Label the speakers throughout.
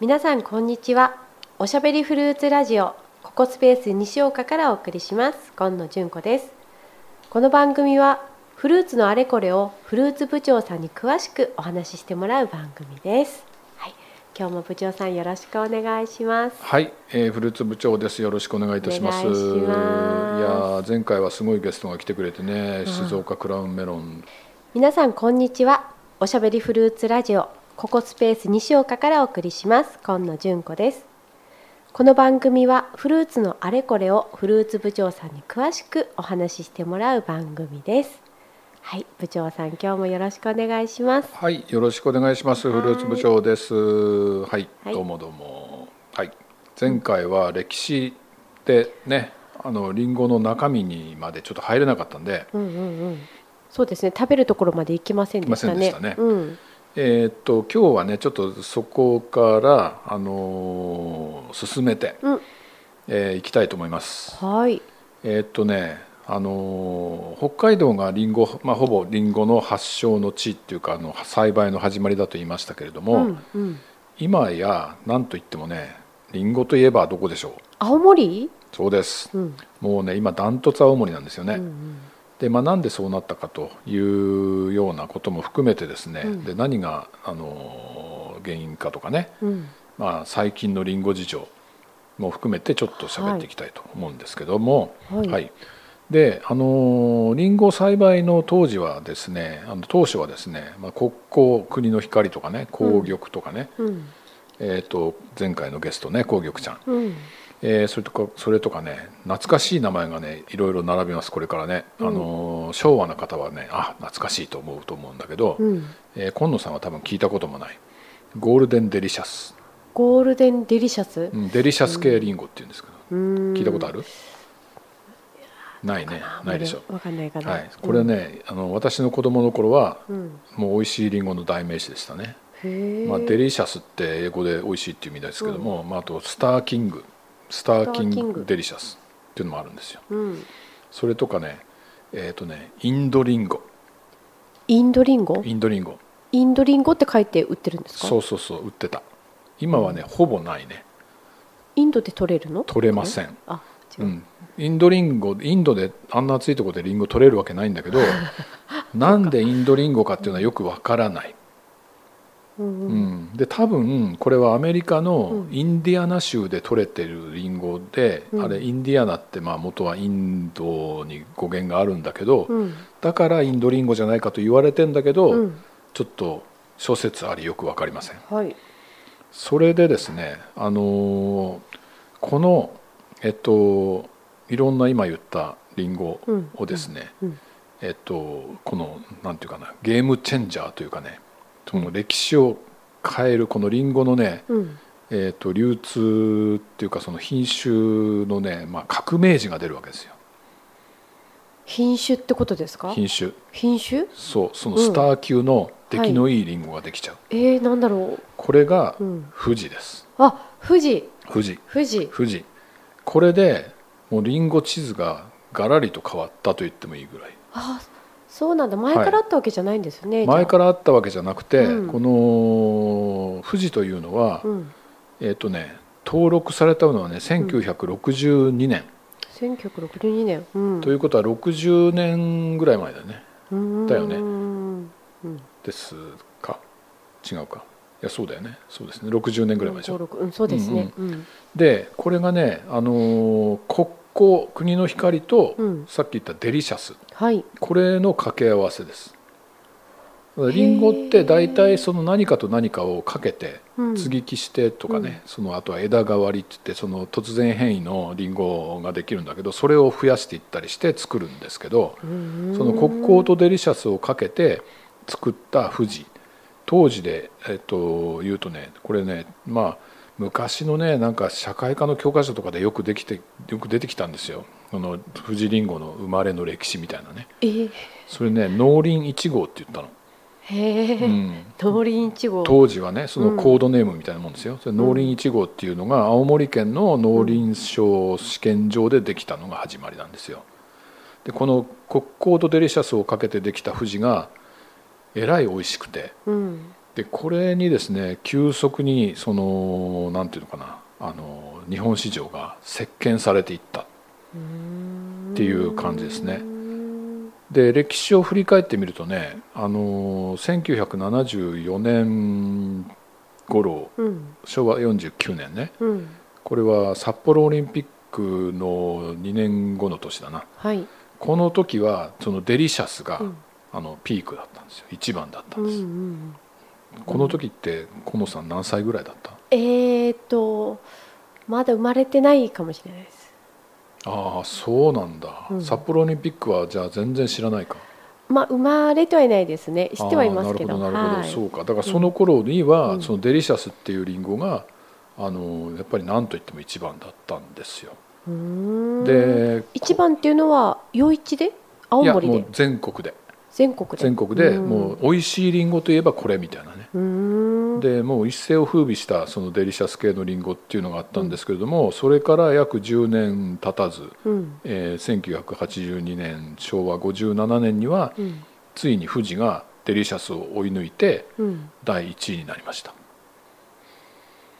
Speaker 1: 皆さんこんにちはおしゃべりフルーツラジオここスペース西岡からお送りします今野純子ですこの番組はフルーツのあれこれをフルーツ部長さんに詳しくお話ししてもらう番組ですはい、今日も部長さんよろしくお願いします
Speaker 2: はい、えーフルーツ部長です。よろしくお願いいたします。
Speaker 1: お願いします
Speaker 2: やー前回はすごいゲストが来てくれてね、
Speaker 1: ん
Speaker 2: 静岡クラウンメロン。
Speaker 1: 皆さんこんにちはおしゃべりフルーツラジオここスペース西岡からお送りします今野純子ですこの番組はフルーツのあれこれをフルーツ部長さんに詳しくお話ししてもらう番組ですはい部長さん今日もよろしくお願いします
Speaker 2: はい、よろしくお願いします。
Speaker 1: は
Speaker 2: フ
Speaker 1: い
Speaker 2: ルーツ部長です。はい、
Speaker 1: はい
Speaker 2: どうもどうも。はい、前回は歴史でね、あのリンゴの中身にまでちょっと入れなかったんで、
Speaker 1: うんうんうんそうですね食べるところまで行きませんでしたね
Speaker 2: 行きませんでしたね
Speaker 1: うん
Speaker 2: えーっと今日はね、ちょっとそこからあのー進めて、
Speaker 1: うん
Speaker 2: えーいきたいと思います。
Speaker 1: はい
Speaker 2: えーっとね、あのー北海道がリンゴ、まあ、ほぼリンゴの発祥の地っていうかあの栽培の始まりだと言いましたけれど
Speaker 1: う
Speaker 2: も、
Speaker 1: んうん
Speaker 2: 今や何と言ってもねリンゴといえばどこでしょう
Speaker 1: 青森
Speaker 2: そうです
Speaker 1: うん
Speaker 2: もうね今ダントツ青森なんですよね、
Speaker 1: うんうん
Speaker 2: で、まあ、なんでそうなったかというようなことも含めてですね、
Speaker 1: うん
Speaker 2: で何が、あのー原因かとかね、
Speaker 1: うん
Speaker 2: まあ、最近のリンゴ事情も含めてちょっと喋っていきたいと思うんですけども、
Speaker 1: はい
Speaker 2: であのーリンゴ栽培の当時はですねあの当初はですね、まあ、国交国の光とかね紅玉とかね、
Speaker 1: うん
Speaker 2: えー、と前回のゲストね紅玉ちゃん、
Speaker 1: うん
Speaker 2: えーそれとかそれとかね懐かしい名前がねいろいろ並びますこれからね、
Speaker 1: うん
Speaker 2: あのー昭和の方はねあ懐かしいと思うと思うんだけど、
Speaker 1: うん
Speaker 2: えー今野さんは多分聞いたこともないゴールデンデリシャス
Speaker 1: ゴールデンデリシャス、
Speaker 2: うんデリシャス系リンゴっていうんですけど、
Speaker 1: 聞
Speaker 2: 聞いたことあ
Speaker 1: る
Speaker 2: る、ないねないでしょ
Speaker 1: わかんないかな、
Speaker 2: はい、これね、あの私の子供の頃は
Speaker 1: うん、うん
Speaker 2: もう美味しいリンゴの代名詞でしたね、
Speaker 1: へえ、
Speaker 2: まあ、デリシャスって英語で美味しいっていう意味ですけども、まあ、あとスターキングスターキン
Speaker 1: スターキング
Speaker 2: グデリシャスっていうのもあるんですよ
Speaker 1: うん、
Speaker 2: それとかねえっ、とねインドリンゴ
Speaker 1: インドリンゴ
Speaker 2: インドリンゴ
Speaker 1: インドリンゴって書いて売ってるんですか
Speaker 2: そうそうそう売ってた今はねほぼないね
Speaker 1: インドで取れるの
Speaker 2: 取れません
Speaker 1: あ違
Speaker 2: う
Speaker 1: う、
Speaker 2: ん、インドリンゴインドであんな暑いところでリンゴ取れるわけない んだけどなんでインドリンゴかっていうのはよくわからない、
Speaker 1: うんう
Speaker 2: うんん、で多分これはアメリカの
Speaker 1: うん
Speaker 2: インディアナ州で取れてるリンゴで、
Speaker 1: うん
Speaker 2: あれインディアナってまあ元はインドに語源があるんだけど、
Speaker 1: うん
Speaker 2: だからインドリンゴじゃないかと言われてんだけど、
Speaker 1: うん
Speaker 2: ちょっと諸説ありよくわかりません
Speaker 1: はい
Speaker 2: それでですね、あのーこの、えっと、いろんな今言ったリンゴ
Speaker 1: うん
Speaker 2: をですね、
Speaker 1: うん
Speaker 2: えっと、このなんていうかなゲームチェンジャーというかねその歴史を変えるこのリンゴのね、
Speaker 1: うん
Speaker 2: えっと、流通っていうかその品種のね、まあ、革命児が出るわけですよ
Speaker 1: 品種ってことですか
Speaker 2: 品種
Speaker 1: 品種
Speaker 2: そうその
Speaker 1: うん
Speaker 2: スター級の出来のいいリンゴができちゃう、
Speaker 1: えー、なんだろ
Speaker 2: これが
Speaker 1: う、うん、
Speaker 2: 富士です
Speaker 1: あ富士
Speaker 2: 富士
Speaker 1: 富士
Speaker 2: 富士これでもうリンゴ地図ががらりと変わったと言ってもいいぐらい
Speaker 1: あそうなんだ前からあったわけじゃないんですよね、じゃあ
Speaker 2: 前からあったわけじゃなくて、
Speaker 1: うん
Speaker 2: この富士というのは、
Speaker 1: うん
Speaker 2: えっ、とね登録されたのはね1962年、
Speaker 1: 1962年うん
Speaker 2: ということは60年ぐらい前だよね
Speaker 1: うん
Speaker 2: だよね
Speaker 1: うん
Speaker 2: ですか違うかいやそうだよねそうですね60年ぐらい前でしょ、
Speaker 1: 登録うんそうですねうん
Speaker 2: でこれがね、あのー国交国の光と、
Speaker 1: うん
Speaker 2: さっき言ったデリシャス
Speaker 1: はい
Speaker 2: これの掛け合わせですリンゴって大体その何かと何かをかけて
Speaker 1: うん
Speaker 2: 接ぎ木してとかね、そのあとは枝代わりって言ってその突然変異のリンゴができるんだけどそれを増やしていったりして作るんですけど
Speaker 1: そ
Speaker 2: その国交とデリシャスをかけて作った富士当時で、えっと、言うとねこれねまあ昔のねなんか社会科の教科書とかでよくできてよく出てきたんですよこの富士リンゴの生まれの歴史みたいなね
Speaker 1: えー
Speaker 2: それね農林1号って言ったの、
Speaker 1: へ
Speaker 2: う
Speaker 1: え
Speaker 2: ん、
Speaker 1: 農林1号
Speaker 2: 当時はねそのコードネームみたいなもんですよ、それ農林1号っていうのが青森県の農林省試験場でできたのが始まりなんですよでこの国交とデリシャスをかけてできた富士がえらい美味しくて
Speaker 1: うん
Speaker 2: でこれにですね急速にそのなんていうのかなあの日本市場が席巻されていったっていう感じですね。で歴史を振り返ってみるとねあの1974年頃
Speaker 1: うん
Speaker 2: 昭和49年ね
Speaker 1: うん
Speaker 2: これは札幌オリンピックの2年後の年だな
Speaker 1: はい
Speaker 2: この時はそのデリシャスが、
Speaker 1: うん
Speaker 2: あのピークだったんですよ一番だった
Speaker 1: うんんう
Speaker 2: です、
Speaker 1: ん
Speaker 2: この時って河野さん何歳ぐらいだった
Speaker 1: えーとまだ生まれてないかもしれないです
Speaker 2: ああそうなんだ、
Speaker 1: うん
Speaker 2: 札幌オリンピックはじゃあ全然知らないか
Speaker 1: まあ生まれてはいないですね知ってはいますけど
Speaker 2: あーなるほどなるほど、
Speaker 1: はい
Speaker 2: そうかだからその頃に
Speaker 1: う
Speaker 2: は、
Speaker 1: ん
Speaker 2: そのデリシャスっていうリンゴがあのやっぱり何と言っても一番だったんですよ、
Speaker 1: うーん
Speaker 2: で
Speaker 1: 一番っていうのは余市で青
Speaker 2: いや
Speaker 1: 森
Speaker 2: も
Speaker 1: で
Speaker 2: う全国で
Speaker 1: 全国で
Speaker 2: 全国で
Speaker 1: ん
Speaker 2: もう美味しいリンゴといえばこれみたいなね
Speaker 1: うーん
Speaker 2: でもう一世を風靡したそのデリシャス系のリンゴっていうのがあったんですけれども、それから約10年経たず、
Speaker 1: うん
Speaker 2: えー1982年昭和57年には
Speaker 1: うん
Speaker 2: ついに富士がデリシャスを追い抜いて
Speaker 1: うん
Speaker 2: 第1位になりました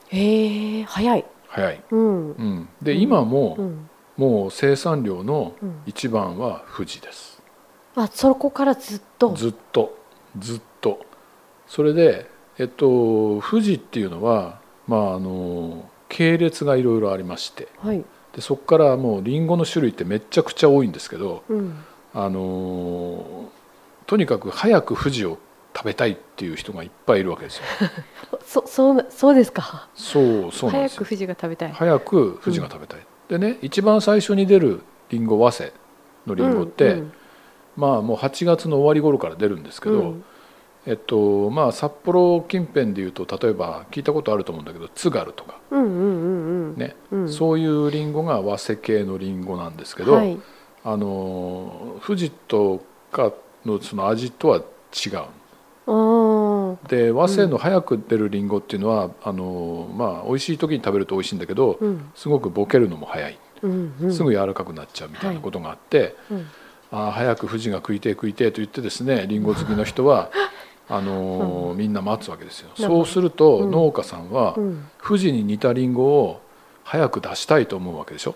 Speaker 1: へえ早い
Speaker 2: 早い、
Speaker 1: うん
Speaker 2: うん、で今も、
Speaker 1: うん
Speaker 2: もう生産量の
Speaker 1: うん
Speaker 2: 一番は富士です、
Speaker 1: あそこからずっと
Speaker 2: ずっとずっとそれで、えっと、富士っていうのは、まあ、あの系列がいろいろありまして
Speaker 1: はい
Speaker 2: でそこからもうリンゴの種類ってめちゃくちゃ多いんですけど、
Speaker 1: うん
Speaker 2: あのとにかく早く富士を食べたいっていう人がいっぱいいるわけですよ
Speaker 1: そそうなそうですか
Speaker 2: そうそうなん
Speaker 1: 早
Speaker 2: です
Speaker 1: く
Speaker 2: よ
Speaker 1: 富士が食べたい
Speaker 2: 早く富士が食べたい、でね一番最初に出るリンゴ早生のリンゴって、
Speaker 1: うんうん
Speaker 2: まあもう8月の終わり頃から出るんですけど、
Speaker 1: うん
Speaker 2: えっとまあ、札幌近辺でいうと例えば聞いたことあると思うんだけど津軽とか、
Speaker 1: うんうんうんうん
Speaker 2: ね
Speaker 1: うん
Speaker 2: そういうリンゴが早生系のリンゴなんですけど、
Speaker 1: はい
Speaker 2: あの富士とかのその味とは違う
Speaker 1: あー
Speaker 2: で早生の早く出るリンゴっていうのは、あのまあ、美味しい時に食べると美味しいんだけど、
Speaker 1: うん
Speaker 2: すごくボケるのも早い
Speaker 1: うんうん
Speaker 2: すぐ柔らかくなっちゃうみたいなことがあって。
Speaker 1: うん
Speaker 2: ああ早く富士が食いてえ食いてえと言ってですねりんご好きの 人はあのーみんな待つわけですよ
Speaker 1: なるほ
Speaker 2: そ
Speaker 1: ど
Speaker 2: うすると
Speaker 1: うん
Speaker 2: 農家さんは
Speaker 1: うん
Speaker 2: 富士に似たりんごを早く出したいと思うわけでしょ、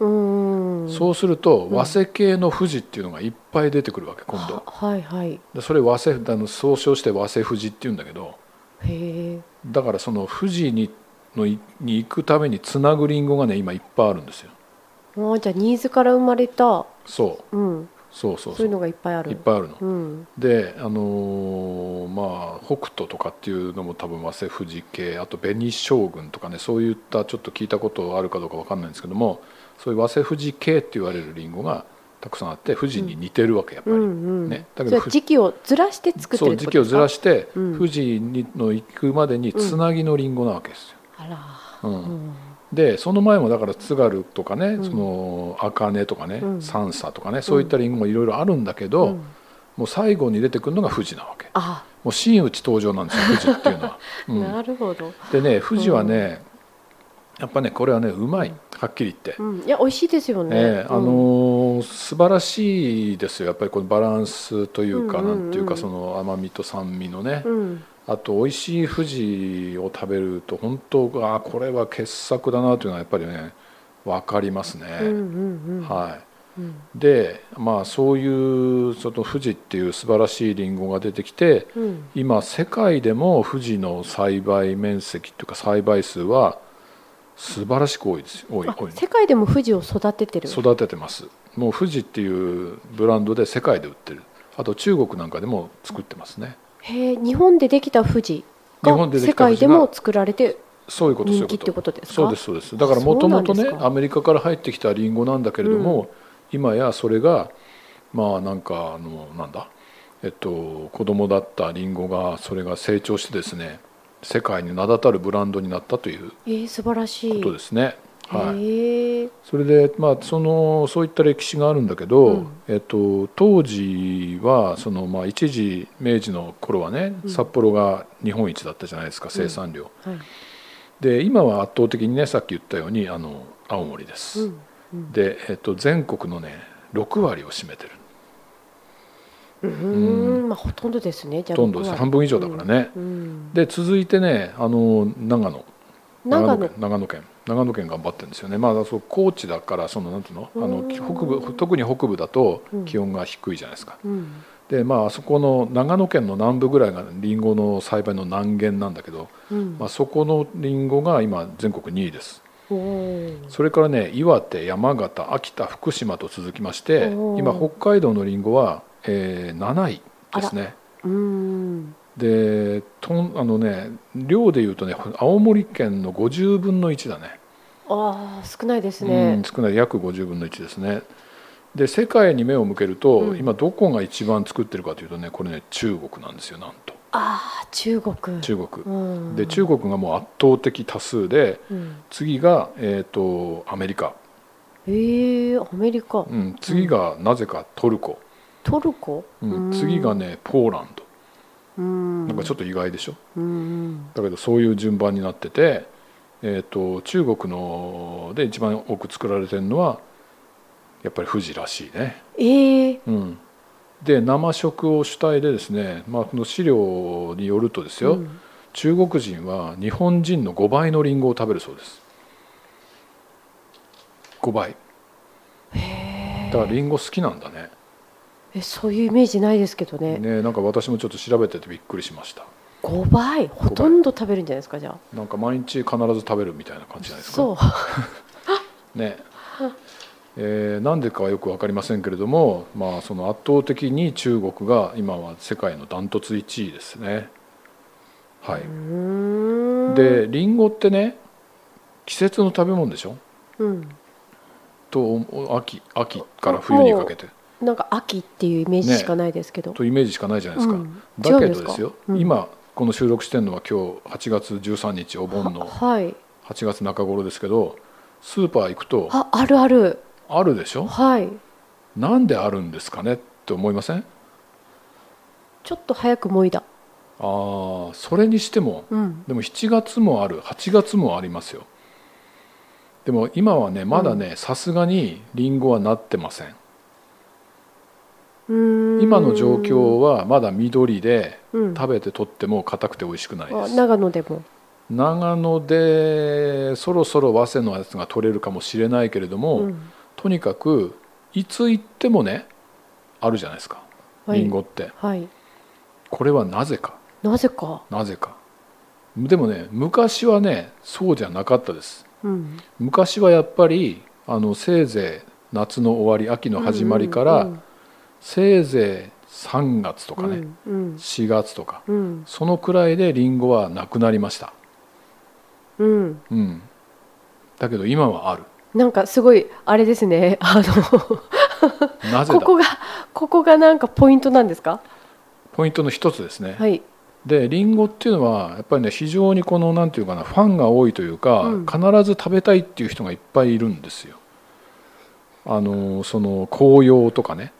Speaker 1: うん
Speaker 2: そうすると和製系の富士っていうのがいっぱい出てくるわけ今
Speaker 1: は
Speaker 2: 度
Speaker 1: はいはい
Speaker 2: でそれ和製あの総称して和製富士っていうんだけど
Speaker 1: へえ
Speaker 2: だからその富士にのいに行くためにつなぐりんごがね今いっぱいあるんですよ
Speaker 1: あーじゃあニーズから生まれた
Speaker 2: そう
Speaker 1: うん
Speaker 2: そうそう
Speaker 1: そ
Speaker 2: そうう
Speaker 1: いうのがいっぱいある
Speaker 2: いっぱいあるの
Speaker 1: うん
Speaker 2: であのーまあ北斗とかっていうのも多分和製富士系あと紅将軍とかねそういったちょっと聞いたことあるかどうかわかんないんですけどもそういう和製富士系って言われるリンゴがたくさんあって富士に似てるわけやっぱ
Speaker 1: う
Speaker 2: り、
Speaker 1: んうん
Speaker 2: ねだけど
Speaker 1: じゃあ時期をずらして作って
Speaker 2: そ
Speaker 1: る
Speaker 2: う
Speaker 1: って
Speaker 2: 時
Speaker 1: こ
Speaker 2: 期
Speaker 1: と
Speaker 2: を
Speaker 1: です
Speaker 2: ず
Speaker 1: から
Speaker 2: して、
Speaker 1: うん
Speaker 2: 富士にの行くまでにつなぎのリンゴなわけですよ、
Speaker 1: あ
Speaker 2: う
Speaker 1: ら
Speaker 2: ん
Speaker 1: うん
Speaker 2: でその前もだから津軽とかね、
Speaker 1: ん
Speaker 2: その茜とかね、
Speaker 1: うん
Speaker 2: 三叉とかねそういったリンゴもいろいろあるんだけど、
Speaker 1: うん
Speaker 2: もう最後に出てくるのが富士なわけ
Speaker 1: あ
Speaker 2: もう真打ち登場なんですよ富士っていうの は、うん
Speaker 1: なるほど
Speaker 2: でね富士はね、やっぱねこれはねうまいはっきり言って、
Speaker 1: うんいや美味しいですよね
Speaker 2: ええあ
Speaker 1: うん
Speaker 2: のー素晴らしいですよやっぱりこのバランスというか、
Speaker 1: うんうんうん
Speaker 2: なんていうかその甘みと酸味のね、
Speaker 1: うん
Speaker 2: あと美味しい富士を食べると本当あーこれは傑作だなというのはやっぱりね分かりますね、
Speaker 1: うんうんうん
Speaker 2: はい
Speaker 1: うん
Speaker 2: でまあそういうその富士っていう素晴らしいりんごが出てきて、
Speaker 1: うん
Speaker 2: 今世界でも富士の栽培面積というか栽培数は素晴らしく多いですよ多い
Speaker 1: あ
Speaker 2: 多い
Speaker 1: 世界でも富士を育ててる
Speaker 2: 育ててますもう富士っていうブランドで世界で売ってるあと中国なんかでも作ってますね
Speaker 1: へえ日本でできた富士
Speaker 2: 日本
Speaker 1: が
Speaker 2: でで
Speaker 1: 世
Speaker 2: きた富
Speaker 1: 界
Speaker 2: 士
Speaker 1: で
Speaker 2: が
Speaker 1: も作られて
Speaker 2: そういうことそういう
Speaker 1: 人気
Speaker 2: こと
Speaker 1: ってことですか
Speaker 2: そうですそうですだからもともと
Speaker 1: そ
Speaker 2: ね
Speaker 1: うなんですか
Speaker 2: アメリカから入ってきたリンゴなんだけれども、今やそれがまあなんかあのなんだえっと子供だったリンゴがそれが成長してですね世界に名だたるブランドになったという
Speaker 1: えー素晴らしい
Speaker 2: ことですね。はい、
Speaker 1: へえ
Speaker 2: それで、まあ、そのそういった歴史があるんだけど、
Speaker 1: うん
Speaker 2: えっと、当時はその、まあ、一時明治の頃はね、
Speaker 1: うん
Speaker 2: 札幌が日本一だったじゃないですか生産量、
Speaker 1: はい
Speaker 2: で今は圧倒的にねさっき言ったようにあの青森で
Speaker 1: う
Speaker 2: す、
Speaker 1: んうん
Speaker 2: で、えっと、全国のね6割を占めてる
Speaker 1: うーんまあほとんどですねじゃ
Speaker 2: ほ
Speaker 1: あ
Speaker 2: とんどで
Speaker 1: 六
Speaker 2: す
Speaker 1: 割
Speaker 2: 半分以上だからね、
Speaker 1: うん
Speaker 2: で続いてねあの長野
Speaker 1: 長
Speaker 2: 野
Speaker 1: 野
Speaker 2: 県長野県長野県頑張ってるんですよねまあそう高知だからそのなんていうのあ
Speaker 1: う
Speaker 2: の
Speaker 1: ん
Speaker 2: 北部特に北部だと
Speaker 1: うん
Speaker 2: 気温が低いじゃないですか、
Speaker 1: うん
Speaker 2: でまああそこの長野県の南部ぐらいがリンゴの栽培の南限なんだけど、
Speaker 1: うん
Speaker 2: まあ、そこのリンゴが今全国2位です
Speaker 1: おー
Speaker 2: それからね岩手山形秋田福島と続きまして
Speaker 1: おー
Speaker 2: 今北海道のリンゴは、えー7位ですね
Speaker 1: うん
Speaker 2: でとんあのね量でいうとね青森県の50分の1だね
Speaker 1: ああ少ないですね
Speaker 2: うん、少ない約50分の1ですねで世界に目を向けると、
Speaker 1: うん
Speaker 2: 今どこが一番作ってるかというとねこれね中国なんですよなんと
Speaker 1: ああ中国
Speaker 2: 中国、
Speaker 1: うん
Speaker 2: で中国がもう圧倒的多数で
Speaker 1: うん
Speaker 2: 次が、えー、とアメリカ、
Speaker 1: ええアメリカ
Speaker 2: うん、次がなぜかトルコ、
Speaker 1: トルコ
Speaker 2: うん次がねポーランド
Speaker 1: うん
Speaker 2: なんかちょっと意外でしょ、
Speaker 1: うん
Speaker 2: だけどそういう順番になってて、えー、と中国ので一番多く作られてるのはやっぱり富士らしいね
Speaker 1: ええ
Speaker 2: うん、で生食を主体でですね、まあ、この資料によるとですよ、
Speaker 1: うん
Speaker 2: 中国人は日本人の5倍のリンゴを食べるそうです5倍だからリンゴ好きなんだね
Speaker 1: えそういうイメージないですけどね
Speaker 2: ねなんか私もちょっと調べててびっくりしました
Speaker 1: 5倍ほとんど食べるんじゃないですかじゃあ
Speaker 2: なんか毎日必ず食べるみたいな感じじゃないですか
Speaker 1: そう
Speaker 2: ねえーなんでかはよく分かりませんけれども、まあ、その圧倒的に中国が今は世界のダントツ1位ですねはいう
Speaker 1: ーん
Speaker 2: でリンゴってね季節の食べ物でしょ
Speaker 1: うん
Speaker 2: とお秋秋から冬にかけて
Speaker 1: なんか秋っていうイメージしかないですけど、
Speaker 2: とイメージしかないじゃないですか、
Speaker 1: うん
Speaker 2: だけ
Speaker 1: 違うんで
Speaker 2: ど
Speaker 1: す
Speaker 2: で
Speaker 1: か
Speaker 2: すよ、
Speaker 1: うん
Speaker 2: 今この収録してるのは今日8月13日お盆の
Speaker 1: はい
Speaker 2: 8月中頃ですけどスーパー行くと
Speaker 1: ああるある
Speaker 2: あるでしょ
Speaker 1: はい
Speaker 2: なんであるんですかねって思いません
Speaker 1: ちょっと早くもいだ
Speaker 2: あーそれにしても
Speaker 1: うん
Speaker 2: でも7月もある8月もありますよでも今はねまだねさすがにリンゴはなってません
Speaker 1: うーん
Speaker 2: 今の状況はまだ緑で
Speaker 1: うん
Speaker 2: 食べてとっても硬くて美味しくないで
Speaker 1: あ
Speaker 2: す
Speaker 1: 長野でも
Speaker 2: 長野でそろそろ早生のやつが取れるかもしれないけれども、
Speaker 1: うん
Speaker 2: とにかくいつ行ってもねあるじゃないですか
Speaker 1: はい
Speaker 2: りんごって、
Speaker 1: はい
Speaker 2: これはなぜか
Speaker 1: なぜか
Speaker 2: なぜかでもね昔はねそうじゃなかったです
Speaker 1: うん
Speaker 2: 昔はやっぱりあのせいぜい夏の終わり秋の始まりか
Speaker 1: う
Speaker 2: ら、
Speaker 1: ん
Speaker 2: せいぜい3月とか
Speaker 1: うん
Speaker 2: ね、
Speaker 1: うん
Speaker 2: 4月とか
Speaker 1: うん
Speaker 2: そのくらいでリンゴはなくなりました、
Speaker 1: うん
Speaker 2: うん、だけど今はある
Speaker 1: なんかすごいあれですね あの
Speaker 2: なぜだ
Speaker 1: ここがここがなんかポイントなんですか
Speaker 2: ポイントの一つですね、
Speaker 1: はい
Speaker 2: でリンゴっていうのはやっぱりね非常にこのなんていうかなファンが多いというか、
Speaker 1: うん
Speaker 2: 必ず食べたいっていう人がいっぱいいるんですよあのその紅葉とかね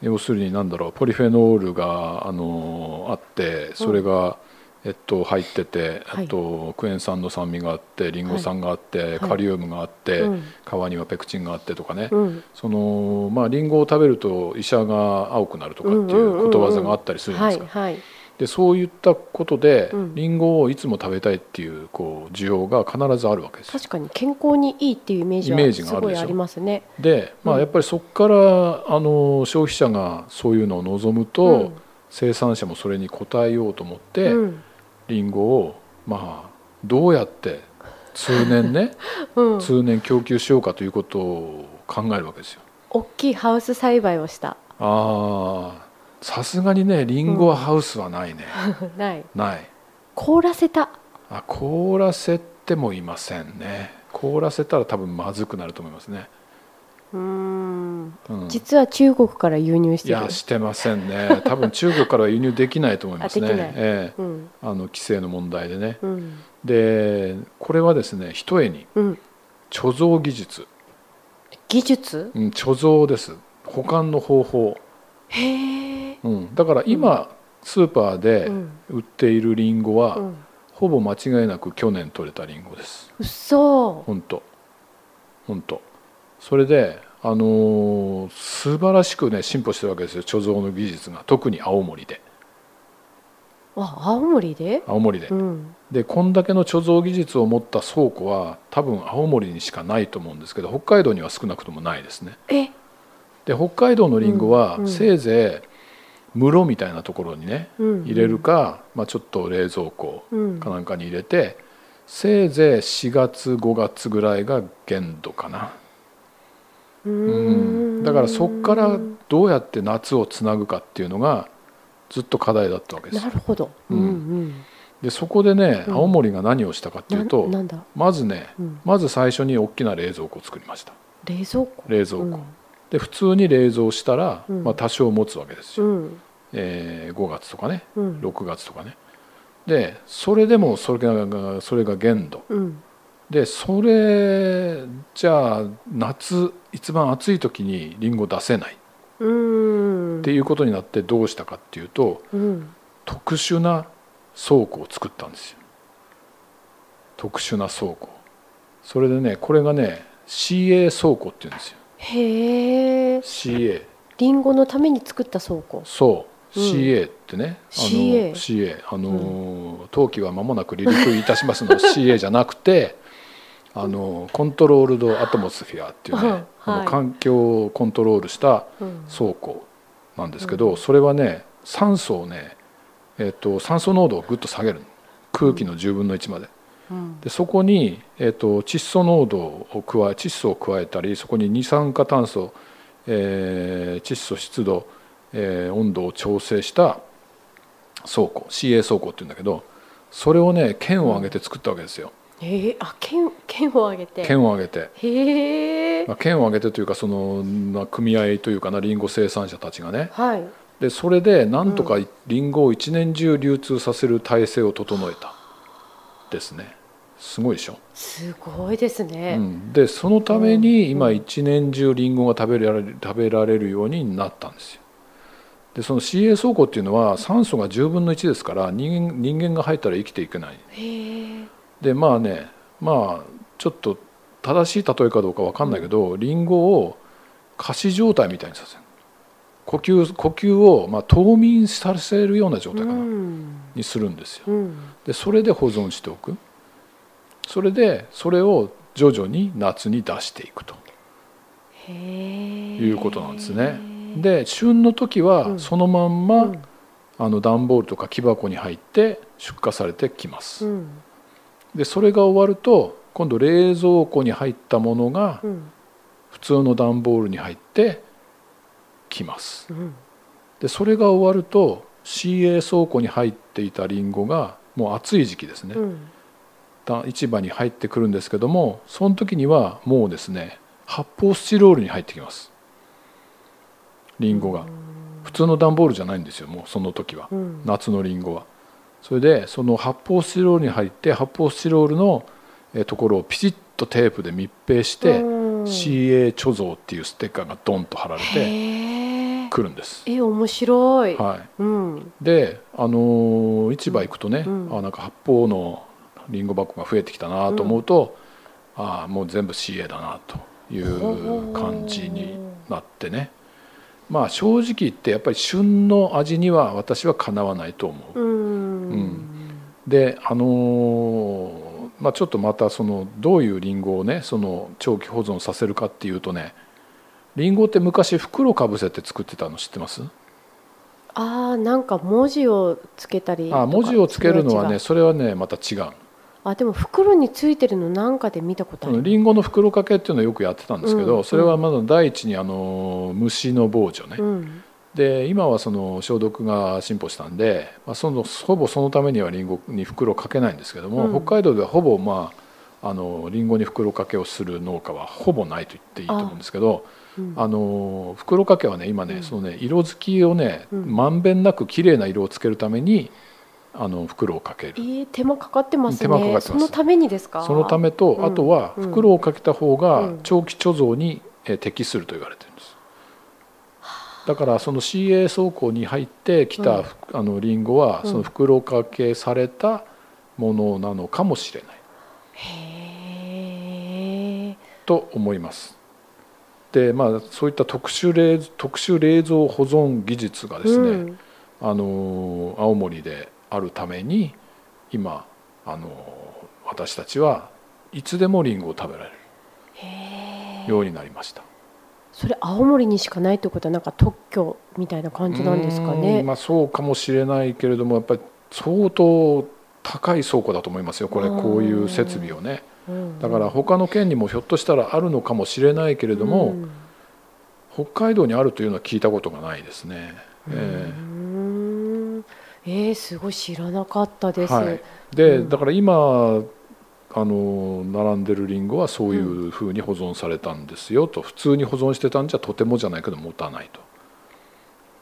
Speaker 2: 要するに何だろうポリフェノールがあのあってそれが、えっと、入ってて、
Speaker 1: はい
Speaker 2: えっと、クエン酸の酸味があってリンゴ酸があって、
Speaker 1: い
Speaker 2: カリウムがあって、
Speaker 1: うん
Speaker 2: 皮にはペクチンがあってとかね、
Speaker 1: うん
Speaker 2: そのまあリンゴを食べると医者が青くなるとかっていうことわざがあったりするじゃない
Speaker 1: は
Speaker 2: です
Speaker 1: い
Speaker 2: か、
Speaker 1: はい
Speaker 2: でそういったことで、
Speaker 1: うん
Speaker 2: リンゴをいつも食べたいっていうこう需要が必ずあるわけですよ
Speaker 1: 確かに健康にいいっていうイメージ
Speaker 2: イメージ
Speaker 1: は
Speaker 2: が
Speaker 1: す
Speaker 2: ある
Speaker 1: ご
Speaker 2: で
Speaker 1: い
Speaker 2: しょ
Speaker 1: ありますね。
Speaker 2: で、ま
Speaker 1: う
Speaker 2: あ、
Speaker 1: ん
Speaker 2: やっぱりそこからあの消費者がそういうのを望むと、
Speaker 1: うん
Speaker 2: 生産者もそれに応えようと思って、
Speaker 1: うん
Speaker 2: リンゴをまあどうやって通年ね
Speaker 1: うん、
Speaker 2: 通年供給しようかということを考えるわけですよ。
Speaker 1: 大きいハウス栽培をした。
Speaker 2: あーさすがにねリンゴはハウスはないね、
Speaker 1: ない。
Speaker 2: ない
Speaker 1: 凍らせた。
Speaker 2: あ凍らせてもいませんね凍らせたら多分まずくなると思いますね、
Speaker 1: うーん。
Speaker 2: うん、
Speaker 1: 実は中国から輸入し
Speaker 2: い
Speaker 1: てる
Speaker 2: や。してませんね多分中国からは輸入できないと思いますね
Speaker 1: あできない
Speaker 2: え
Speaker 1: う
Speaker 2: え
Speaker 1: ん
Speaker 2: あの規制の問題でね
Speaker 1: うん
Speaker 2: でこれはですねひとえに
Speaker 1: うん。
Speaker 2: 貯蔵技術、
Speaker 1: 技術？
Speaker 2: うん、貯蔵です保管の方法、
Speaker 1: へえ。
Speaker 2: うん、だから今、スーパーで
Speaker 1: うん
Speaker 2: 売っているリンゴは、
Speaker 1: うん。
Speaker 2: ほぼ間違いなく去年取れたリンゴです
Speaker 1: 嘘。
Speaker 2: 本当本当それであの素晴らしくね進歩してるわけですよ貯蔵の技術が特に青森で
Speaker 1: あ青森で
Speaker 2: 青森で、
Speaker 1: うん
Speaker 2: でこんだけの貯蔵技術を持った倉庫は多分青森にしかないと思うんですけど北海道には少なくともないですね
Speaker 1: え
Speaker 2: で北海道のリンゴは
Speaker 1: うんうん
Speaker 2: せいぜい室みたいなところにね
Speaker 1: うん
Speaker 2: 入れるか、まあ、ちょっと冷蔵庫
Speaker 1: うん
Speaker 2: かなんかに入れて、せいぜい4月5月ぐらいが限度かな、
Speaker 1: う
Speaker 2: うん
Speaker 1: ん
Speaker 2: だからそっからどうやって夏をつなぐかっていうのがずっと課題だったわけです
Speaker 1: な
Speaker 2: よ
Speaker 1: るほど、
Speaker 2: う
Speaker 1: うんんうん、
Speaker 2: でそこでね
Speaker 1: うん
Speaker 2: 青森が何をしたかっていうと、
Speaker 1: ななんだ、
Speaker 2: まずね
Speaker 1: うん、
Speaker 2: まず最初に大きな冷蔵庫を作りました
Speaker 1: 冷蔵庫
Speaker 2: 冷蔵庫、で普通に冷蔵したら、
Speaker 1: うん
Speaker 2: まあ、多少持つわけです
Speaker 1: う
Speaker 2: よ、
Speaker 1: ん
Speaker 2: えー5月とかね
Speaker 1: うん
Speaker 2: 6月とかねでそれでもそれがそれが限度
Speaker 1: うん
Speaker 2: でそれじゃあ夏一番暑い時にリンゴ出せない
Speaker 1: うん
Speaker 2: っていうことになってどうしたかっていうと
Speaker 1: うん
Speaker 2: 特殊な倉庫を作ったんですよ特殊な倉庫それでねこれがね CA 倉庫っていうんですよ
Speaker 1: へえ
Speaker 2: CA
Speaker 1: リンゴのために作った倉庫
Speaker 2: そう、
Speaker 1: うん
Speaker 2: CA ってねあの
Speaker 1: CA
Speaker 2: CA あのー冬季は間もなく離陸いたしますの CA じゃなくてあのーコントロールドアトモスフィアっていうね、
Speaker 1: はい
Speaker 2: あの環境をコントロールした
Speaker 1: うん
Speaker 2: 倉庫なんですけど、それはね酸素をね、えっと酸素濃度をぐっと下げるの空気の10分の1まで。
Speaker 1: うん
Speaker 2: でそこに、えー、と窒素濃度を加え窒素を加えたりそこに二酸化炭素、えー窒素湿度、えー温度を調整した倉庫 CA 倉庫っていうんだけどそれをね県を挙げて作ったわけですよ
Speaker 1: へえあ県県を挙げて
Speaker 2: 県を挙げて、
Speaker 1: へえ
Speaker 2: まあ、県を挙げてというかその、まあ、組合というかなリンゴ生産者たちがね
Speaker 1: はい
Speaker 2: でそれでなんとかリンゴを一年中流通させる体制を整えたですねすごいでしょ
Speaker 1: すごいですね、
Speaker 2: うん、でそのために今一年中リンゴが食べられる食べられるようになったんですよでその CA 倉庫っていうのは酸素が10分の1ですから人間人間が入ったら生きていけない
Speaker 1: へえ
Speaker 2: でまあねまあちょっと正しい例えかどうか分かんないけど、リンゴを仮死状態みたいにさせる呼吸呼吸を、まあ、冬眠させるような状態
Speaker 1: う
Speaker 2: かな、
Speaker 1: ん
Speaker 2: にするんですよ
Speaker 1: うん
Speaker 2: でそれで保存しておくそれでそれを徐々に夏に出していくと
Speaker 1: へえ
Speaker 2: いうことなんですね。で旬の時はそのまんま、
Speaker 1: うん
Speaker 2: あの段ボールとか木箱に入って出荷されてきます。
Speaker 1: うん
Speaker 2: でそれが終わると今度冷蔵庫に入ったものが
Speaker 1: うん
Speaker 2: 普通の段ボールに入ってきます。
Speaker 1: うん
Speaker 2: でそれが終わると CA 倉庫に入っていたリンゴがもう暑い時期ですね。
Speaker 1: うん
Speaker 2: だ市場に入ってくるんですけどもその時にはもうですね発泡スチロールに入ってきますリンゴが普通の段ボールじゃないんですよもうその時は
Speaker 1: うん
Speaker 2: 夏のリンゴはそれでその発泡スチロールに入って発泡スチロールのえーところをピチッとテープで密閉して
Speaker 1: うん
Speaker 2: CA 貯蔵っていうステッカーがドンと貼られて
Speaker 1: へえ
Speaker 2: くるんです
Speaker 1: え面白い、
Speaker 2: はい
Speaker 1: うん
Speaker 2: で、あのー市場行くとね、
Speaker 1: うん
Speaker 2: あなんか発泡のリンゴ箱が増えてきたなと思うと、ああもう全部 CA だなという感じになってねまあ正直言ってやっぱり旬の味には私はかなわないと思う。
Speaker 1: うん、
Speaker 2: うんであのーまあ、ちょっとまたそのどういうリンゴをねその長期保存させるかっていうとねリンゴって昔袋かぶせて作ってたの知ってます
Speaker 1: あーなんか文字をつけたりとか
Speaker 2: あ文字をつけるのはね
Speaker 1: そ
Speaker 2: それはねまた違
Speaker 1: ういう
Speaker 2: う
Speaker 1: やつがあでも袋についてるのなんかで見たことある、
Speaker 2: リンゴの袋掛けっていうのをよくやってたんですけど、
Speaker 1: うん
Speaker 2: それはまだ第一にあの虫の防除ね、
Speaker 1: うん
Speaker 2: で今はその消毒が進歩したんで、まあ、そのほぼそのためにはリンゴに袋をかけないんですけども、
Speaker 1: うん
Speaker 2: 北海道ではほぼまああのリンゴに袋掛けをする農家はほぼないと言っていいと思うんですけど
Speaker 1: うん
Speaker 2: あの袋掛けはね今ね、
Speaker 1: うん
Speaker 2: そのね色づきをね
Speaker 1: うん
Speaker 2: まんべんなく綺麗な色をつけるためにあの袋をかける
Speaker 1: えー手間かかってますね
Speaker 2: 手間かかってます
Speaker 1: そのためにですか
Speaker 2: そのためと、
Speaker 1: うん
Speaker 2: あとは
Speaker 1: うん
Speaker 2: 袋をかけた方が
Speaker 1: うん
Speaker 2: 長期貯蔵にえー適すると言われてるんです。だからその CA 倉庫に入ってきた、
Speaker 1: うん
Speaker 2: あのリンゴは
Speaker 1: うん
Speaker 2: その袋かけされたものなのかもしれない
Speaker 1: へえ
Speaker 2: と思います。でまあ、そういった特殊冷特殊冷蔵保存技術がですね、
Speaker 1: うん
Speaker 2: あの青森であるために今あの私たちはいつでもリンゴを食べられ
Speaker 1: へえ
Speaker 2: るようになりました。
Speaker 1: それ青森にしかないってことはなんか特許みたいな感じなんですか
Speaker 2: うん
Speaker 1: ね、
Speaker 2: まあ、そうかもしれないけれどもやっぱり相当高い倉庫だと思いますよこれ
Speaker 1: うん
Speaker 2: こういう設備をね
Speaker 1: うん
Speaker 2: だから他の県にもひょっとしたらあるのかもしれないけれども、
Speaker 1: うん
Speaker 2: 北海道にあるというのは聞いたことがないですね。ええ
Speaker 1: うんえー、すごい知らなかったです、
Speaker 2: はい、で、
Speaker 1: うん
Speaker 2: だから今あの並んでるリンゴはそういうふうに保存されたんですよと、普通に保存してたんじゃとてもじゃないけど持たないと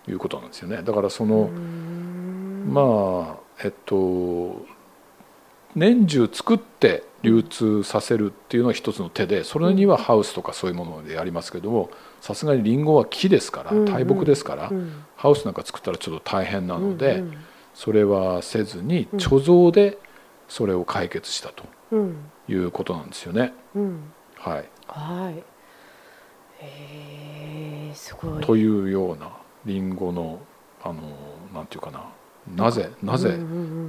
Speaker 2: いうことなんですよねだからその、
Speaker 1: うん
Speaker 2: まあえっと年中作って流通させるっていうのが一つの手でそれにはハウスとかそういうものでやりますけどもさすがにリンゴは木ですから
Speaker 1: うんうん
Speaker 2: 大木ですから、
Speaker 1: うん
Speaker 2: ハウスなんか作ったらちょっと大変なので、
Speaker 1: うんうん
Speaker 2: それはせずに
Speaker 1: うん
Speaker 2: 貯蔵でそれを解決したと
Speaker 1: うん
Speaker 2: いうことなんですよね。
Speaker 1: うん、
Speaker 2: はい、
Speaker 1: はい。えー、すごい。
Speaker 2: というようなリンゴのあのなんていうかななぜなぜ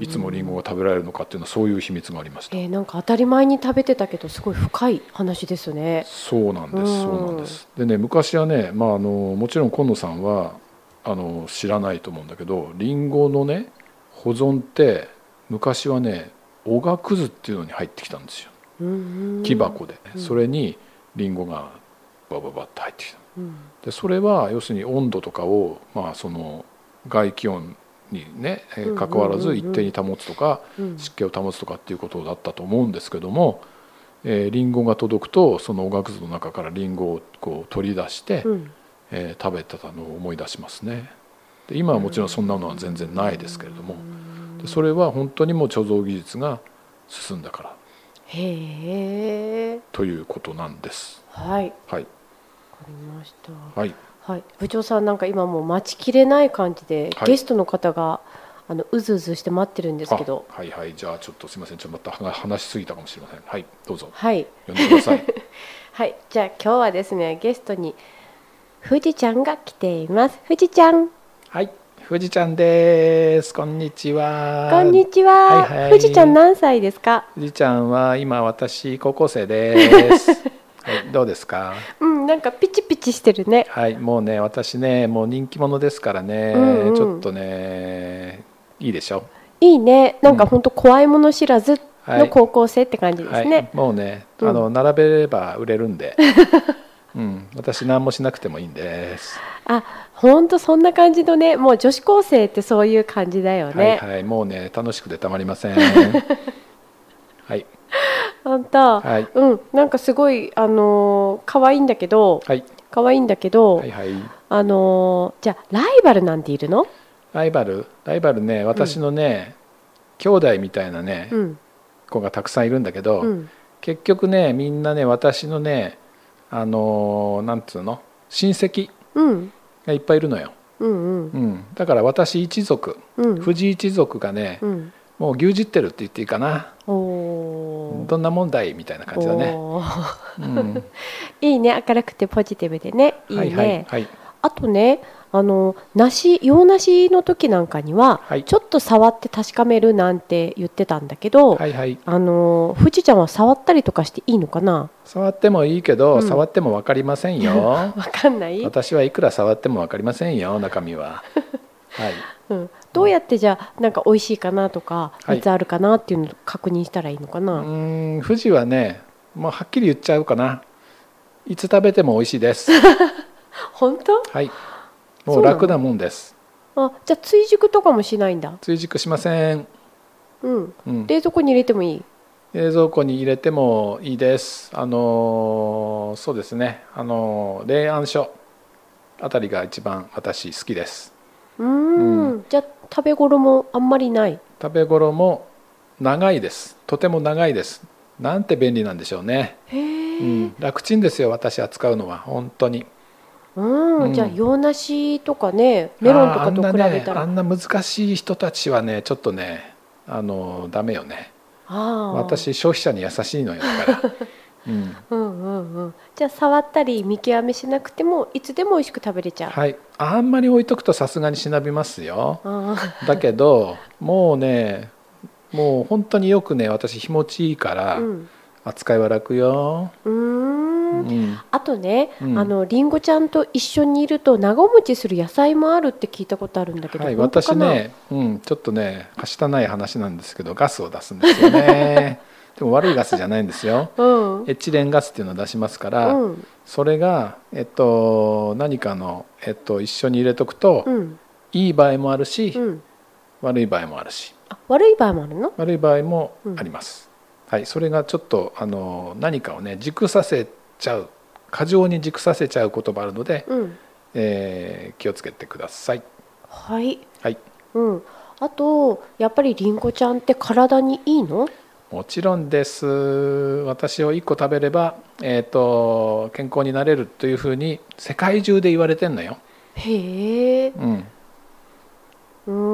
Speaker 2: いつもリンゴ
Speaker 1: が。
Speaker 2: が食べられるのかっていうのはそういう秘密がありました。
Speaker 1: えー、なんか当たり前に食べてたけど、すごい深い話ですよね。
Speaker 2: そうなんで
Speaker 1: う
Speaker 2: す、
Speaker 1: ん
Speaker 2: そうなんですでね昔はね、まあ、あのもちろん今野さんはあの知らないと思うんだけどりんごのね保存って昔はねおがくずっていうのに入ってきたんですよ
Speaker 1: うんうん
Speaker 2: 木。箱で、
Speaker 1: うん
Speaker 2: それにりんごがバババッと入ってきた
Speaker 1: うん
Speaker 2: でそれは要するに温度とかを、まあ、その外気温にね
Speaker 1: う
Speaker 2: えー
Speaker 1: んうんうんうん
Speaker 2: 関わらず一定に保つとか、
Speaker 1: うん
Speaker 2: 湿気を保つとかっていうことだったと思うんですけども、えー、リンゴが届くとそのおがくずの中からリンゴをこう取り出して、
Speaker 1: うん
Speaker 2: えー食べてたのを思い出しますねで今はもちろんそんなのは全然ないですけれどもでそれは本当にもう貯蔵技術が進んだから
Speaker 1: へえ。
Speaker 2: ということなんです
Speaker 1: はい。わ
Speaker 2: はい
Speaker 1: かりました。
Speaker 2: はい
Speaker 1: はい。部長さん、なんか今もう待ちきれない感じで、
Speaker 2: はい
Speaker 1: ゲストの方が。あのうずうずして待ってるんですけど。
Speaker 2: あはいはいじゃあちょっとすいませんちょっとまた話しすぎたかもしれませんはいどうぞ
Speaker 1: はい。
Speaker 2: 呼んでくだ さい
Speaker 1: はい、じゃあ今日はですねゲストに富士ちゃんが来ています。富士ちゃん、
Speaker 3: はい、富士ちゃんです。こんにちは。
Speaker 1: こんにちは。
Speaker 3: はいはい
Speaker 1: 富士ちゃん何歳ですか？
Speaker 3: 富士ちゃんは今私高校生 です。はい、どうですか。
Speaker 1: うん、なんかピチピチしてるね。
Speaker 3: はい、もうね、私ね、もう人気者ですからね、
Speaker 1: うんうん
Speaker 3: ちょっとね、いいでしょ
Speaker 1: いいね。なんか本当怖いもの知らず
Speaker 3: は
Speaker 1: の
Speaker 3: い
Speaker 1: 高校生って感じです
Speaker 3: はい、
Speaker 1: ね。
Speaker 3: もうね、あ
Speaker 1: うん
Speaker 3: の、並べれば売れるんで。 うん、私何もしなくてもいいんです。
Speaker 1: あ、本当そんな感じのね。もう女子高生ってそういう感じだよね。
Speaker 3: はい、はい、もうね、楽しくてたまりま せん。はい、
Speaker 1: 本当、
Speaker 3: はい
Speaker 1: うん、なんかすごいあのー可愛いんだけど、
Speaker 3: はい、
Speaker 1: 可愛いんだけど、
Speaker 3: はい、はい。
Speaker 1: あのーじゃあライバルなんているの？
Speaker 3: ライバル、ライバルね、私のね、兄弟みたいなね、
Speaker 1: うん、
Speaker 3: 子がたくさんいるんだけど、
Speaker 1: うん。
Speaker 3: 結局ねみんなね私のねあのーなんつうの親戚
Speaker 1: うん
Speaker 3: がいっぱいいるのよ、
Speaker 1: うん
Speaker 3: う。ん、だから私一族
Speaker 1: うん。
Speaker 3: 藤井一族がね、
Speaker 1: うん。
Speaker 3: もう牛耳ってるって言っていいかな、
Speaker 1: おー
Speaker 3: どんな問題みたいな感じだね、
Speaker 1: おー
Speaker 3: うん、
Speaker 1: いいね。明るくてポジティブでね。いいね。
Speaker 3: はいはいはい
Speaker 1: あとね、あの梨、洋梨の時なんかには、
Speaker 3: はい
Speaker 1: ちょっと触って確かめるなんて言ってたんだけど、
Speaker 3: はいはい
Speaker 1: あの富士ちゃんは触ったりとかしていいのかな？
Speaker 3: 触ってもいいけど、
Speaker 1: うん
Speaker 3: 触っても分かりませんよ
Speaker 1: わかん ない。
Speaker 3: 私はいくら触っても分かりませんよ中身ははい
Speaker 1: うん。どうやってじゃあなんか美味しいかなとか、
Speaker 3: はい
Speaker 1: いつあるかなっていうのを確認したらいいのか
Speaker 3: う
Speaker 1: な？
Speaker 3: ーん富士はねもうはっきり言っちゃうかないつ食べても美味しいです
Speaker 1: 本当？
Speaker 3: はい。
Speaker 1: そ
Speaker 3: も
Speaker 1: う
Speaker 3: う
Speaker 1: なの
Speaker 3: 楽なもんです。
Speaker 1: あ、じゃあ追熟とかもしないんだ。
Speaker 3: 追熟しません。
Speaker 1: うん。
Speaker 3: うん、
Speaker 1: 冷蔵庫に入れてもいい。
Speaker 3: 冷蔵庫に入れてもいいです。あのーそうですね。あのー冷暗所あたりが一番私好きです。
Speaker 1: うー、
Speaker 3: うん
Speaker 1: じゃあ食べ頃もあんまりない。
Speaker 3: 食べ頃も長いです。とても長いです。なんて便利なんでしょうね。
Speaker 1: へえ。
Speaker 3: う
Speaker 1: うん
Speaker 3: ん、楽ちんですよ。私扱うのは本当に。うん
Speaker 1: じゃあ洋梨とかねメロンとかと
Speaker 3: あーあ
Speaker 1: 比
Speaker 3: んな
Speaker 1: べたら
Speaker 3: ね、あんな難しい人たちはね、ちょっとね、あのーダメよね。
Speaker 1: あー
Speaker 3: 私消費者に優しいのよだから、
Speaker 2: うん
Speaker 1: うんうんうんじゃあ触ったり見極めしなくてもいつでも美味しく食べれちゃう、
Speaker 2: はい、あんまり置いとくとさすがにしなびますよ
Speaker 1: あ
Speaker 2: だけどもうねもう本当によくね私日持ちいいから、
Speaker 1: ーうん
Speaker 2: 扱いは楽よ、
Speaker 1: う
Speaker 2: う
Speaker 1: ーん
Speaker 2: ん、
Speaker 1: あとね、
Speaker 2: うん
Speaker 1: あのりんごちゃんと一緒にいると長持ちする野菜もあるって聞いたことあるんだけど、
Speaker 2: はい
Speaker 1: 本当か
Speaker 2: 私
Speaker 1: な
Speaker 2: ね、うん、ちょっとねはしたない話なんですけどガスを出すんです よねでも悪いガスじゃないんですよ
Speaker 1: うん
Speaker 2: エチレンガスっていうのを出しますから、
Speaker 1: うん
Speaker 2: それが、えっと、何かの、えっと、一緒に入れとくと、
Speaker 1: うん
Speaker 2: いい場合もあるし、
Speaker 1: うん
Speaker 2: 悪い場合もあるし
Speaker 1: あ悪い場合もあるの
Speaker 2: 悪い場合もあります、はい、それがちょっとあの何かをね軸させちゃう過剰に軸させちゃうこともあるので、
Speaker 1: うん
Speaker 2: えー気をつけてください
Speaker 1: はい
Speaker 2: はい
Speaker 1: うんあとやっぱりりんごちゃんって体にいいの
Speaker 2: もちろんです私を1個食べれば、えー、と健康になれるというふうに世界中で言われてんのよ、
Speaker 1: へえ
Speaker 2: うん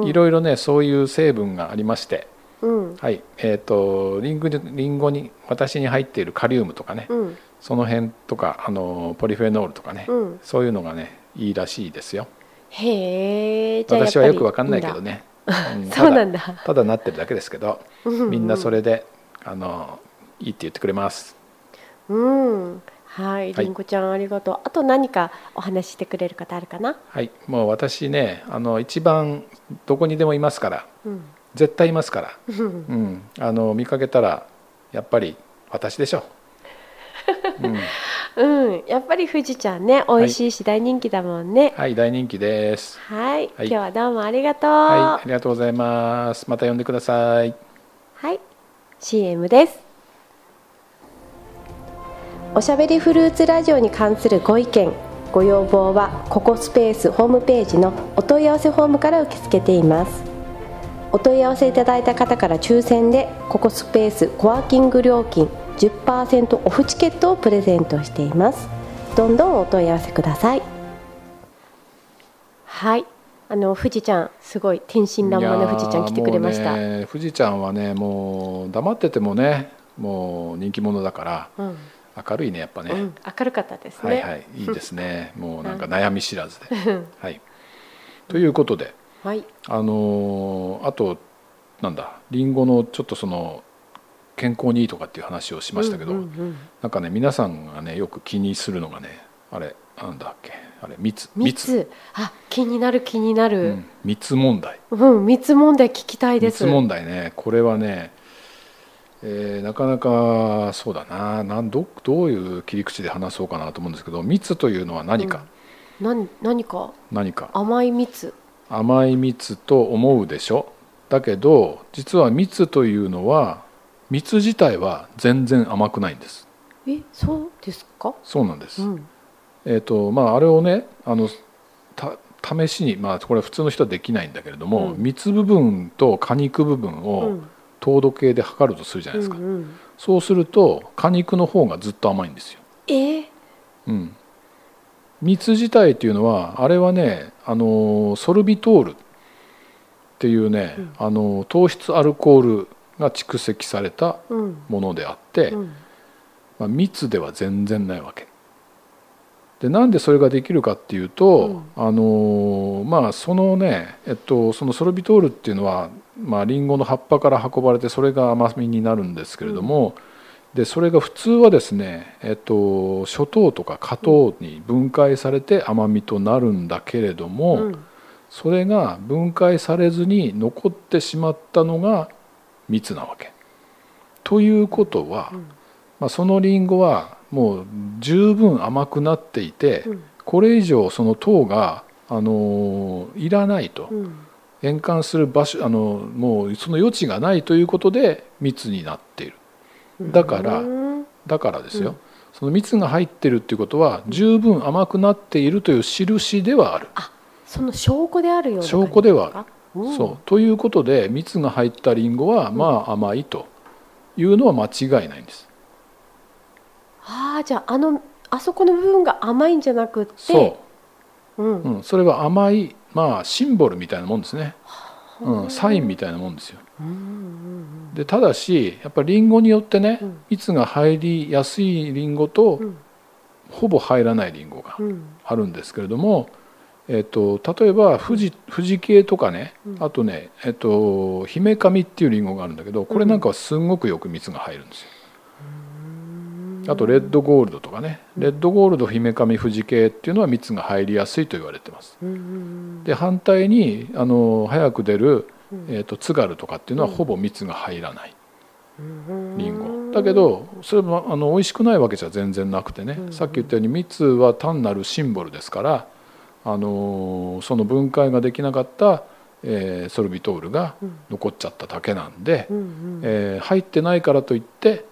Speaker 1: うん
Speaker 2: いろいろねそういう成分がありまして
Speaker 1: うん
Speaker 2: はいえー、とリンゴにリンゴに私に入っているカリウムとかね、
Speaker 1: うん
Speaker 2: その辺とかあのポリフェノールとかね、
Speaker 1: うん
Speaker 2: そういうのがねいいらしいですよ
Speaker 1: へえじゃあやっぱり
Speaker 2: 私はよくわかんないけどね、うん
Speaker 1: いいんだ
Speaker 2: ただ
Speaker 1: そうなんだ
Speaker 2: ただなってるだけですけどみんなそ
Speaker 1: れ
Speaker 2: れであのいいって言ってくれます
Speaker 1: うんはい
Speaker 2: はい
Speaker 1: りんごちゃんありがとう、あと何かお話ししてくれる方あるかな
Speaker 2: はいもう私ねあの一番どこにでもいますから
Speaker 1: うん
Speaker 2: 絶対いますから、
Speaker 1: うん
Speaker 2: うん、あの見かけたらやっぱり私でしょう、う
Speaker 1: う
Speaker 2: ん、
Speaker 1: んやっぱり富士ちゃんね美味しいし大人気だもんね
Speaker 2: はい大人気です
Speaker 1: はい、
Speaker 2: は
Speaker 1: 今
Speaker 2: い
Speaker 1: 日はどうもありがとう
Speaker 2: はいあ
Speaker 1: は
Speaker 2: りがとうございますまた呼んでください
Speaker 1: い、CM ですおしゃべりフルーツラジオに関するご意見ご要望はここスペースホームページのお問い合わせフォームから受け付けていますお問い合わせいただいた方から抽選でここスペースコワーキング料金10%オフチケットをプレゼントしていますどんどんお問い合わせくださいはいあの富士ちゃんすごい天真爛漫な富士ちゃん来てくれまし
Speaker 2: い
Speaker 1: た
Speaker 2: やーもうね富士ちゃんはねもう黙っててもねもう人気者だから
Speaker 1: うん
Speaker 2: 明るいねやっぱね、
Speaker 1: うん、明るかったですね。
Speaker 2: はいはいいいです ねもうなんか悩み知らずではいということで
Speaker 1: はい、
Speaker 2: あのーあとなんだりんごのちょっとその健康にいいとかっていう話をしましたけど、
Speaker 1: うんうんうん
Speaker 2: なんかね皆さんがねよく気にするのがねあれなんだっけあれ蜜
Speaker 1: 蜜、あ、気になる気にな
Speaker 2: う
Speaker 1: る
Speaker 2: ん。、蜜問題
Speaker 1: うん、蜜問題聞きたいです。
Speaker 2: 密問題ねこれはね、えーなかなかそうだななんどどういう切り口で話そうかなと思うんですけど蜜というのは何か、
Speaker 1: なん、何か
Speaker 2: 何か
Speaker 1: 甘い蜜。
Speaker 2: 甘い蜜と思うでしょだけど実は蜜というのは蜜自体は全然甘くないんです
Speaker 1: え、そうですか。
Speaker 2: そうなんです、
Speaker 1: うん、
Speaker 2: えっ、とまああれをねあのた試しにまあこれ普通の人はできないんだけれども、
Speaker 1: うん
Speaker 2: 蜜部分と果肉部分
Speaker 1: う
Speaker 2: を
Speaker 1: ん、
Speaker 2: 糖度計で測るとするじゃな
Speaker 1: う
Speaker 2: い
Speaker 1: ん
Speaker 2: ですか、
Speaker 1: うん。
Speaker 2: そうすると果肉の方がずっと甘いんですよ。
Speaker 1: えー、
Speaker 2: うん、蜜自体っていうのはあれはね、あのーソルビトールっていうね、
Speaker 1: うん
Speaker 2: あのー糖質アルコールが蓄積された
Speaker 1: うん、
Speaker 2: ものであって、
Speaker 1: うん、
Speaker 2: まあ、蜜では全然ないわけ。でなんでそれができるかっていうと、あのーまあそのね、えっと、そのソルビトールっていうのは、まあ、リンゴの葉っぱから運ばれてそれが甘みになるんですけれども、でそれが普通はですね、えっと、初糖とか果糖に分解されて甘みとなるんだけれども、
Speaker 1: うん。
Speaker 2: それが分解されずに残ってしまったのが蜜なわけ。ということは、
Speaker 1: ん
Speaker 2: まあ、そのリンゴはもう十分甘くなっていて、
Speaker 1: うん
Speaker 2: これ以上その糖が、あのーいらないと
Speaker 1: うん、
Speaker 2: 変換する場所、あのーもうその余地がないということで蜜になっているだから
Speaker 1: うん
Speaker 2: だからですよ、
Speaker 1: うん
Speaker 2: その蜜が入ってるっていうことは十分甘くなっているという印ではある。
Speaker 1: その証拠であるような感じすか。
Speaker 2: 証拠では
Speaker 1: うん。
Speaker 2: そうということで蜜が入ったりんごはまあ甘いというのは間違いないんです。
Speaker 1: ああ、じゃあ、あの、あそこの部分が甘いんじゃなくって。。
Speaker 2: そう
Speaker 1: うん
Speaker 2: う、う。ん、それは甘い、まあ、シンボルみたいなもんですね、うん、サインみたいなもんですよ。
Speaker 1: うんうん
Speaker 2: でただしやっぱりリンゴによってね、
Speaker 1: うん
Speaker 2: 蜜が入りやすいリンゴと、
Speaker 1: うん
Speaker 2: ほぼ入らないリンゴが
Speaker 1: うんうん
Speaker 2: あるんですけれども、えっと例えば富士富士系とかね、
Speaker 1: うん
Speaker 2: あとねえっと姫神っていうリンゴがあるんだけどこれなんかはすんごくよく蜜が入るんですよ。あとレッドゴールドとかねレッドゴールド姫神富士系っていうのは蜜が入りやすいと言われてます。
Speaker 1: うんうん
Speaker 2: で反対にあの早く出る、
Speaker 1: うん
Speaker 2: えっと津軽とかっていうのはほぼ蜜が入らない。
Speaker 1: うん
Speaker 2: リンゴだけどそれもあの美味しくないわけじゃ全然なくてね、
Speaker 1: うん
Speaker 2: さっき言ったように蜜は単なるシンボルですから、あのーその分解ができなかった、えーソルビトールが
Speaker 1: うん
Speaker 2: 残っちゃっただけなんで、
Speaker 1: うんうん
Speaker 2: えー入ってないからといって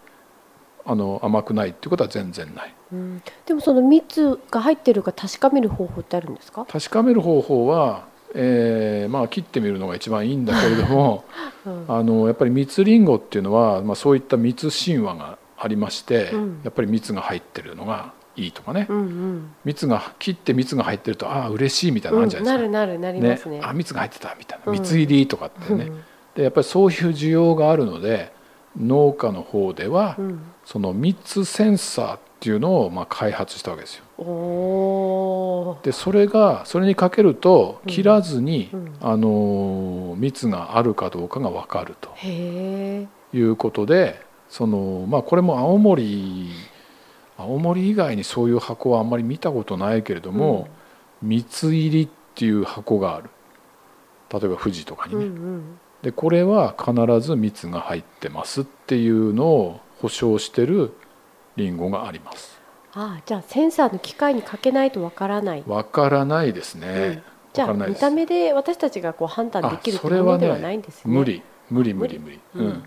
Speaker 2: あの甘くないっていうことは全然ない
Speaker 1: うんでもその蜜が入ってるか確かめる方法ってあるんですか？
Speaker 2: 確かめる方法は、えーまあ、切ってみるのが一番いいんだけれども
Speaker 1: うん
Speaker 2: あのやっぱり蜜りんごっていうのは、まあ、そういった蜜神話がありまして、
Speaker 1: うん
Speaker 2: やっぱり蜜が入ってるのがいいとかね、
Speaker 1: うんうん
Speaker 2: 蜜が切って蜜が入ってるとああ嬉しいみたいなのあるじゃ
Speaker 1: うん
Speaker 2: ない
Speaker 1: な
Speaker 2: で
Speaker 1: る
Speaker 2: す
Speaker 1: なるな
Speaker 2: か、
Speaker 1: りますね。
Speaker 2: あ蜜が入ってたみたいな
Speaker 1: うん
Speaker 2: 蜜入りとかってね、でやっぱりそういう需要があるので農家の方では、
Speaker 1: うんうん
Speaker 2: その蜜センサーっていうのをまあ開発したわけですよ
Speaker 1: おお
Speaker 2: でそれがそれにかけると
Speaker 1: うん
Speaker 2: 切らずに、
Speaker 1: うん
Speaker 2: あのー蜜があるかどうかが分かると
Speaker 1: へえ
Speaker 2: いうことでそのまあこれも青森青森以外にそういう箱はあんまり見たことないけれども、蜜入りっていう箱がある例えば富士とかに
Speaker 1: う
Speaker 2: ね、
Speaker 1: んうん
Speaker 2: でこれは必ず蜜が入ってますっていうのを保証してるリンゴがあります
Speaker 1: ああじゃあセンサーの機械にかけないとわからない。
Speaker 2: わからないです
Speaker 1: う
Speaker 2: ね
Speaker 1: ん、じゃ
Speaker 2: わ
Speaker 1: あ
Speaker 2: からない
Speaker 1: 見
Speaker 2: です
Speaker 1: た目で私たちがこう判断できるって
Speaker 2: あそ
Speaker 1: も
Speaker 2: れは
Speaker 1: のでは
Speaker 2: ね
Speaker 1: ないんですね。
Speaker 2: 無。理無理無理無理、
Speaker 1: 無理う
Speaker 2: う
Speaker 1: ん
Speaker 2: ん、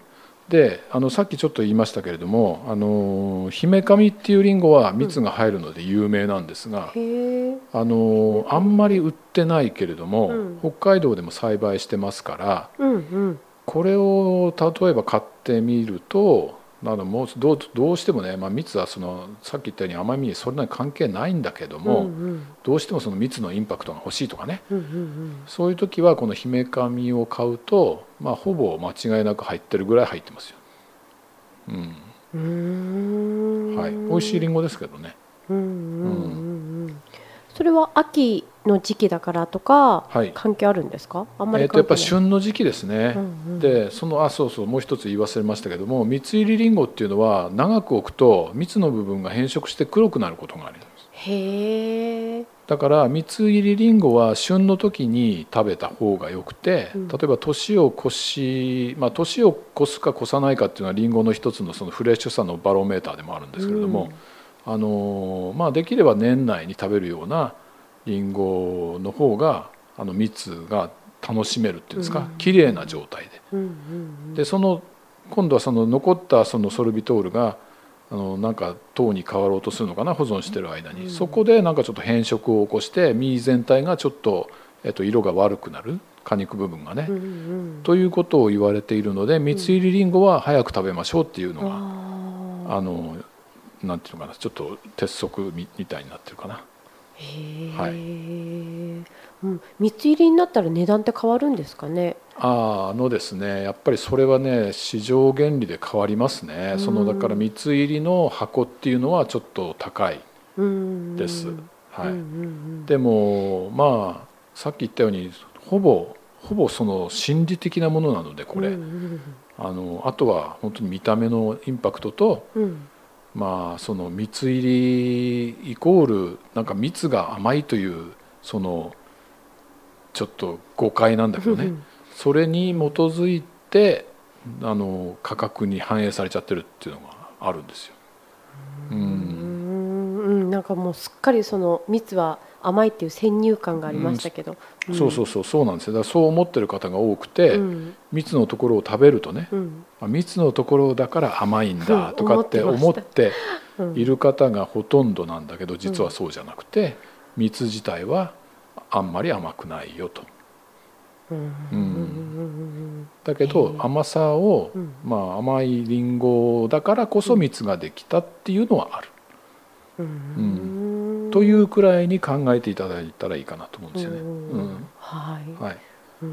Speaker 2: であのさっきちょっと言いましたけれどもあの姫神っていうリンゴは蜜が入るので有名なんですが、
Speaker 1: へえ。
Speaker 2: あのあんまり売ってないけれども、
Speaker 1: うん
Speaker 2: 北海道でも栽培してますから
Speaker 1: うんうん
Speaker 2: これを例えば買ってみるとなのもうどうどうしてもね、まあ、蜜はそのさっき言ったように甘みにそれなりに関係ないんだけども、
Speaker 1: うんうん
Speaker 2: どうしてもその蜜のインパクトが欲しいとかね
Speaker 1: うんうん
Speaker 2: そういう時はこの姫紙を買うと、まあ、ほぼ間違いなく入ってるぐらい入ってますよ。う
Speaker 1: うん。うーん
Speaker 2: んはい、美味しいリンゴですけどね、
Speaker 1: うんうんうんうん。それは秋の時期だからとか
Speaker 2: はい
Speaker 1: 関係あるんですか？あんま
Speaker 2: え
Speaker 1: り
Speaker 2: ー、とや
Speaker 1: 関係
Speaker 2: っぱ
Speaker 1: ない。
Speaker 2: 旬の時期ですね、
Speaker 1: うんうん
Speaker 2: でそのあそうそうもう一つ言い忘れましたけども蜜入りリンゴっていうのは長く置くと蜜の部分が変色して黒くなることがあります
Speaker 1: へえ。
Speaker 2: だから蜜入りりんごは旬の時に食べた方がよくて、
Speaker 1: うん
Speaker 2: 例えば年を越し、まあ、年を越すか越さないかっていうのはりんごの一つのそのフレッシュさのバロメーターでもあるんですけれども、あのまあ、できれば年内に食べるようなりんごの方があの蜜が楽しめるっていうんですか、
Speaker 1: うん
Speaker 2: 綺麗な状態で。
Speaker 1: うんうんうん。
Speaker 2: でその今度はその残ったそのソルビトールがあのなんか糖に変わろうとするのかな保存してる間に、
Speaker 1: うん
Speaker 2: そこでなんかちょっと変色を起こして実全体がちょっと、えっと、色が悪くなる果肉部分がね、
Speaker 1: うんうん。
Speaker 2: ということを言われているので蜜入りりんごは早く食べましょうっていうのが、
Speaker 1: ああ。
Speaker 2: あのなんていうのかなちょっと鉄則みみたいになってるかな
Speaker 1: へえ。
Speaker 2: はい
Speaker 1: うん。蜜入りになったら値段って変わるんですかね？
Speaker 2: あーあのですねやっぱりそれはね市場原理で変わりますね、そうの
Speaker 1: ん
Speaker 2: だから蜜入りの箱っていうのはちょっと高い
Speaker 1: うんうんうん。
Speaker 2: です、はい
Speaker 1: うんうんうん。
Speaker 2: でもまあさっき言ったようにほぼほぼその心理的なものなのでこれ、
Speaker 1: うんうん
Speaker 2: あのあとは本当に見た目のインパクトと
Speaker 1: うん。うん
Speaker 2: まあその蜜入りイコールなんか蜜が甘いというそのちょっと誤解なんだけどねそれに基づいてあの価格に反映されちゃってるっていうのがあるんですよ。う
Speaker 1: うんんうんなんかもうすっかりその蜜は甘いっていう先入観がありましたけど、
Speaker 2: そうそううそうそうなんですよだからそう思ってる方が多くて、
Speaker 1: ん
Speaker 2: 蜜のところを食べるとね
Speaker 1: うん
Speaker 2: あ蜜のところだから甘いんだとかって
Speaker 1: うん
Speaker 2: 思
Speaker 1: 思
Speaker 2: っ
Speaker 1: ってま
Speaker 2: て
Speaker 1: うん
Speaker 2: いる方がほとんどなんだけど実はそうじゃなくて蜜自体はあんまり甘くないよと。
Speaker 1: うん
Speaker 2: う
Speaker 1: うん
Speaker 2: ん
Speaker 1: うん
Speaker 2: だけど
Speaker 1: へえ
Speaker 2: 甘さを、
Speaker 1: うん
Speaker 2: まあ、甘いりんごだからこそ蜜ができたっていうのはある、
Speaker 1: うんうん
Speaker 2: というくらいに考えていただいたらいいかなと思うんですよね。
Speaker 1: う
Speaker 2: うんん
Speaker 1: はい、
Speaker 2: はい、
Speaker 1: う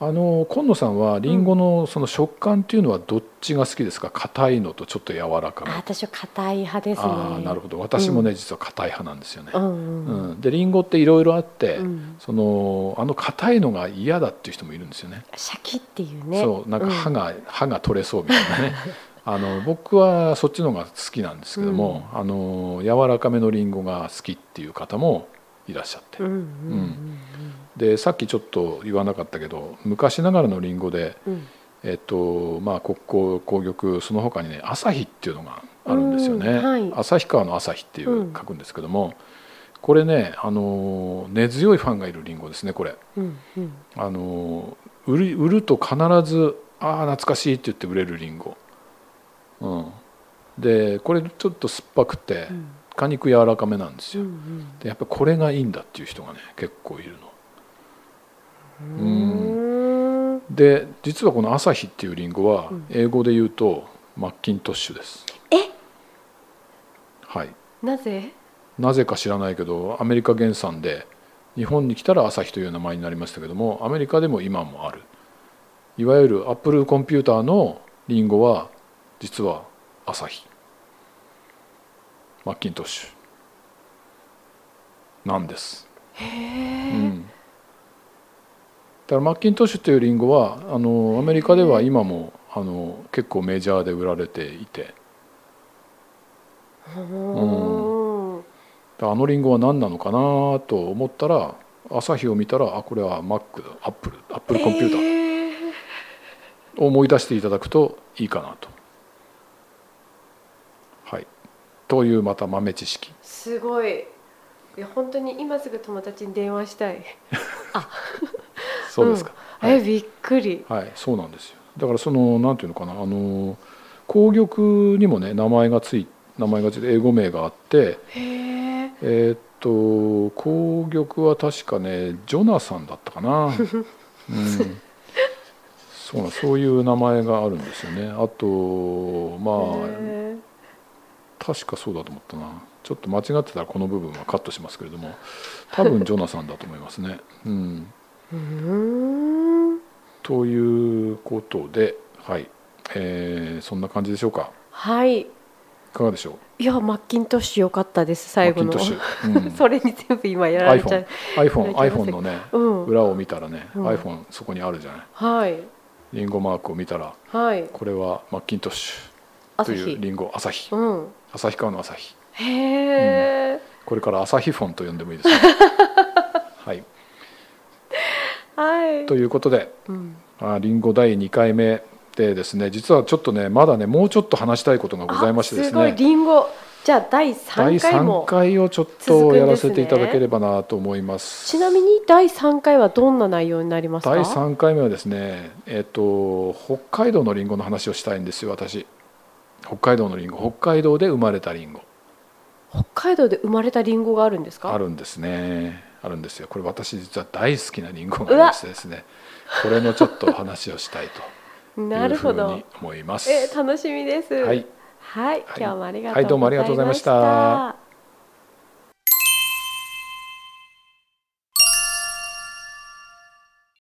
Speaker 2: あの今野さんはりんごのその食感っていうのはどっちが好きですか硬いのとちょっと柔らか
Speaker 1: あ
Speaker 2: め
Speaker 1: 私は硬い派ですね
Speaker 2: ああなるほど私もね、実は硬い派なんですよね、
Speaker 1: うんうん
Speaker 2: うん、でりんごっていろいろあって、
Speaker 1: うん
Speaker 2: そのあの硬いのが嫌だっていう人もいるんですよね
Speaker 1: シャキっていうね
Speaker 2: そうなんか歯
Speaker 1: うん
Speaker 2: が、歯が取れそうみたいな ねあの僕はそっちの方が好きなんですけども、あの柔らかめのりんごが好きっていう方もいらっしゃって、
Speaker 1: うんうん
Speaker 2: でさっきちょっと言わなかったけど昔ながらのりんごで、
Speaker 1: うんうん
Speaker 2: えっとまあ、国交紅玉その他にね朝日っていうのがあるんですよね、
Speaker 1: うんはい
Speaker 2: 旭川の朝日っていううん書くんですけども、これねあの根強いファンがいるりんごですねこれ。
Speaker 1: うんうん
Speaker 2: あの売る売ると必ず「ああ懐かしい」って言って売れるりんご、うん、でこれちょっと酸っぱくて
Speaker 1: うん
Speaker 2: 果肉柔らかめなんです
Speaker 1: う
Speaker 2: よ、
Speaker 1: ん
Speaker 2: でやっぱこれがいいんだっていう人がね結構いるの
Speaker 1: うんうーん
Speaker 2: で実はこの「朝日」っていうりんごは
Speaker 1: うん
Speaker 2: 英語で言うとマッキントッシュです
Speaker 1: え
Speaker 2: はい
Speaker 1: なぜ
Speaker 2: なぜか知らないけどアメリカ原産で日本に来たら「朝日」という名前になりましたけどもアメリカでも今もあるいわゆるアップルコンピューターのリンゴは実は「朝日」マッキントッシュなんです
Speaker 1: へ
Speaker 2: う
Speaker 1: え
Speaker 2: ん、だからマッキントッシュというリンゴはあのアメリカでは今もあの結構メジャーで売られていて
Speaker 1: うん
Speaker 2: だあのリンゴは何なのかなと思ったら朝日を見たらあこれは Mac だアップルアップルコンピューター
Speaker 1: へえ
Speaker 2: を思い出していただくといいかなと。はい、というまた豆知識
Speaker 1: すごいいや本当に今すぐ友達に電話したい
Speaker 2: そうですか、
Speaker 1: うん
Speaker 2: は
Speaker 1: え
Speaker 2: い
Speaker 1: びっくり
Speaker 2: はい、そうなんですよだからそのなんていうのかなあの紅玉にもね名前がつい名前がついて英語名があって
Speaker 1: へえ
Speaker 2: えーっと紅玉は確かねジョナサンだった かな、うん、そうなんそういう名前があるんですよねあとまあ
Speaker 1: へえ
Speaker 2: 確かそうだと思ったなちょっと間違ってたらこの部分はカットしますけれども多分ジョナサンだと思いますね。うん、
Speaker 1: うーん
Speaker 2: ということではい、えーそんな感じでしょうか
Speaker 1: はい
Speaker 2: いかがでしょう
Speaker 1: いやマッキントッシュ良かったです最後の
Speaker 2: マッキントッシュ、うん
Speaker 1: それに全部今やられちゃ
Speaker 2: iPhone,
Speaker 1: う
Speaker 2: iPhone,
Speaker 1: やられちゃいま
Speaker 2: iPhone
Speaker 1: せん
Speaker 2: のね
Speaker 1: うん
Speaker 2: 裏を見たらね、
Speaker 1: うん
Speaker 2: iPhone そこにあるじゃない
Speaker 1: はい
Speaker 2: リンゴマークを見たら
Speaker 1: はい
Speaker 2: これはマッキントッシュ
Speaker 1: 朝
Speaker 2: という
Speaker 1: 日
Speaker 2: リンゴ朝日
Speaker 1: うん
Speaker 2: 旭川の朝日
Speaker 1: へえ、
Speaker 2: これから朝日フォンと呼んでもいい ですかはい
Speaker 1: はい
Speaker 2: ということで
Speaker 1: うん、
Speaker 2: あリンゴ第2回目でですね実はちょっとねまだねもうちょっと話したいことがございましてです
Speaker 1: あごい
Speaker 2: ね
Speaker 1: リンゴじゃあ第
Speaker 2: 第
Speaker 1: 3回
Speaker 2: 3
Speaker 1: も
Speaker 2: 回をちょっ
Speaker 1: 続くん
Speaker 2: と
Speaker 1: ですね
Speaker 2: やらせていただければなと思います
Speaker 1: ちなみに第3回はどんな内容になりますか
Speaker 2: 第3回目はですねえっと北海道のリンゴの話をしたいんですよ私北海道のリンゴ北海道で生まれたリンゴ
Speaker 1: 北海道で生まれたリンゴがあるんですか
Speaker 2: あるんですねあるんですよこれ私実は大好きなリンゴがありましてですねこれのちょっとお話をしたいと
Speaker 1: ないる
Speaker 2: うふ
Speaker 1: ほ
Speaker 2: う
Speaker 1: ど
Speaker 2: に思います
Speaker 1: え楽しみです
Speaker 2: はい
Speaker 1: はい、
Speaker 2: はい
Speaker 1: 今日もありがとうございました、
Speaker 2: はいどうもありがとうございました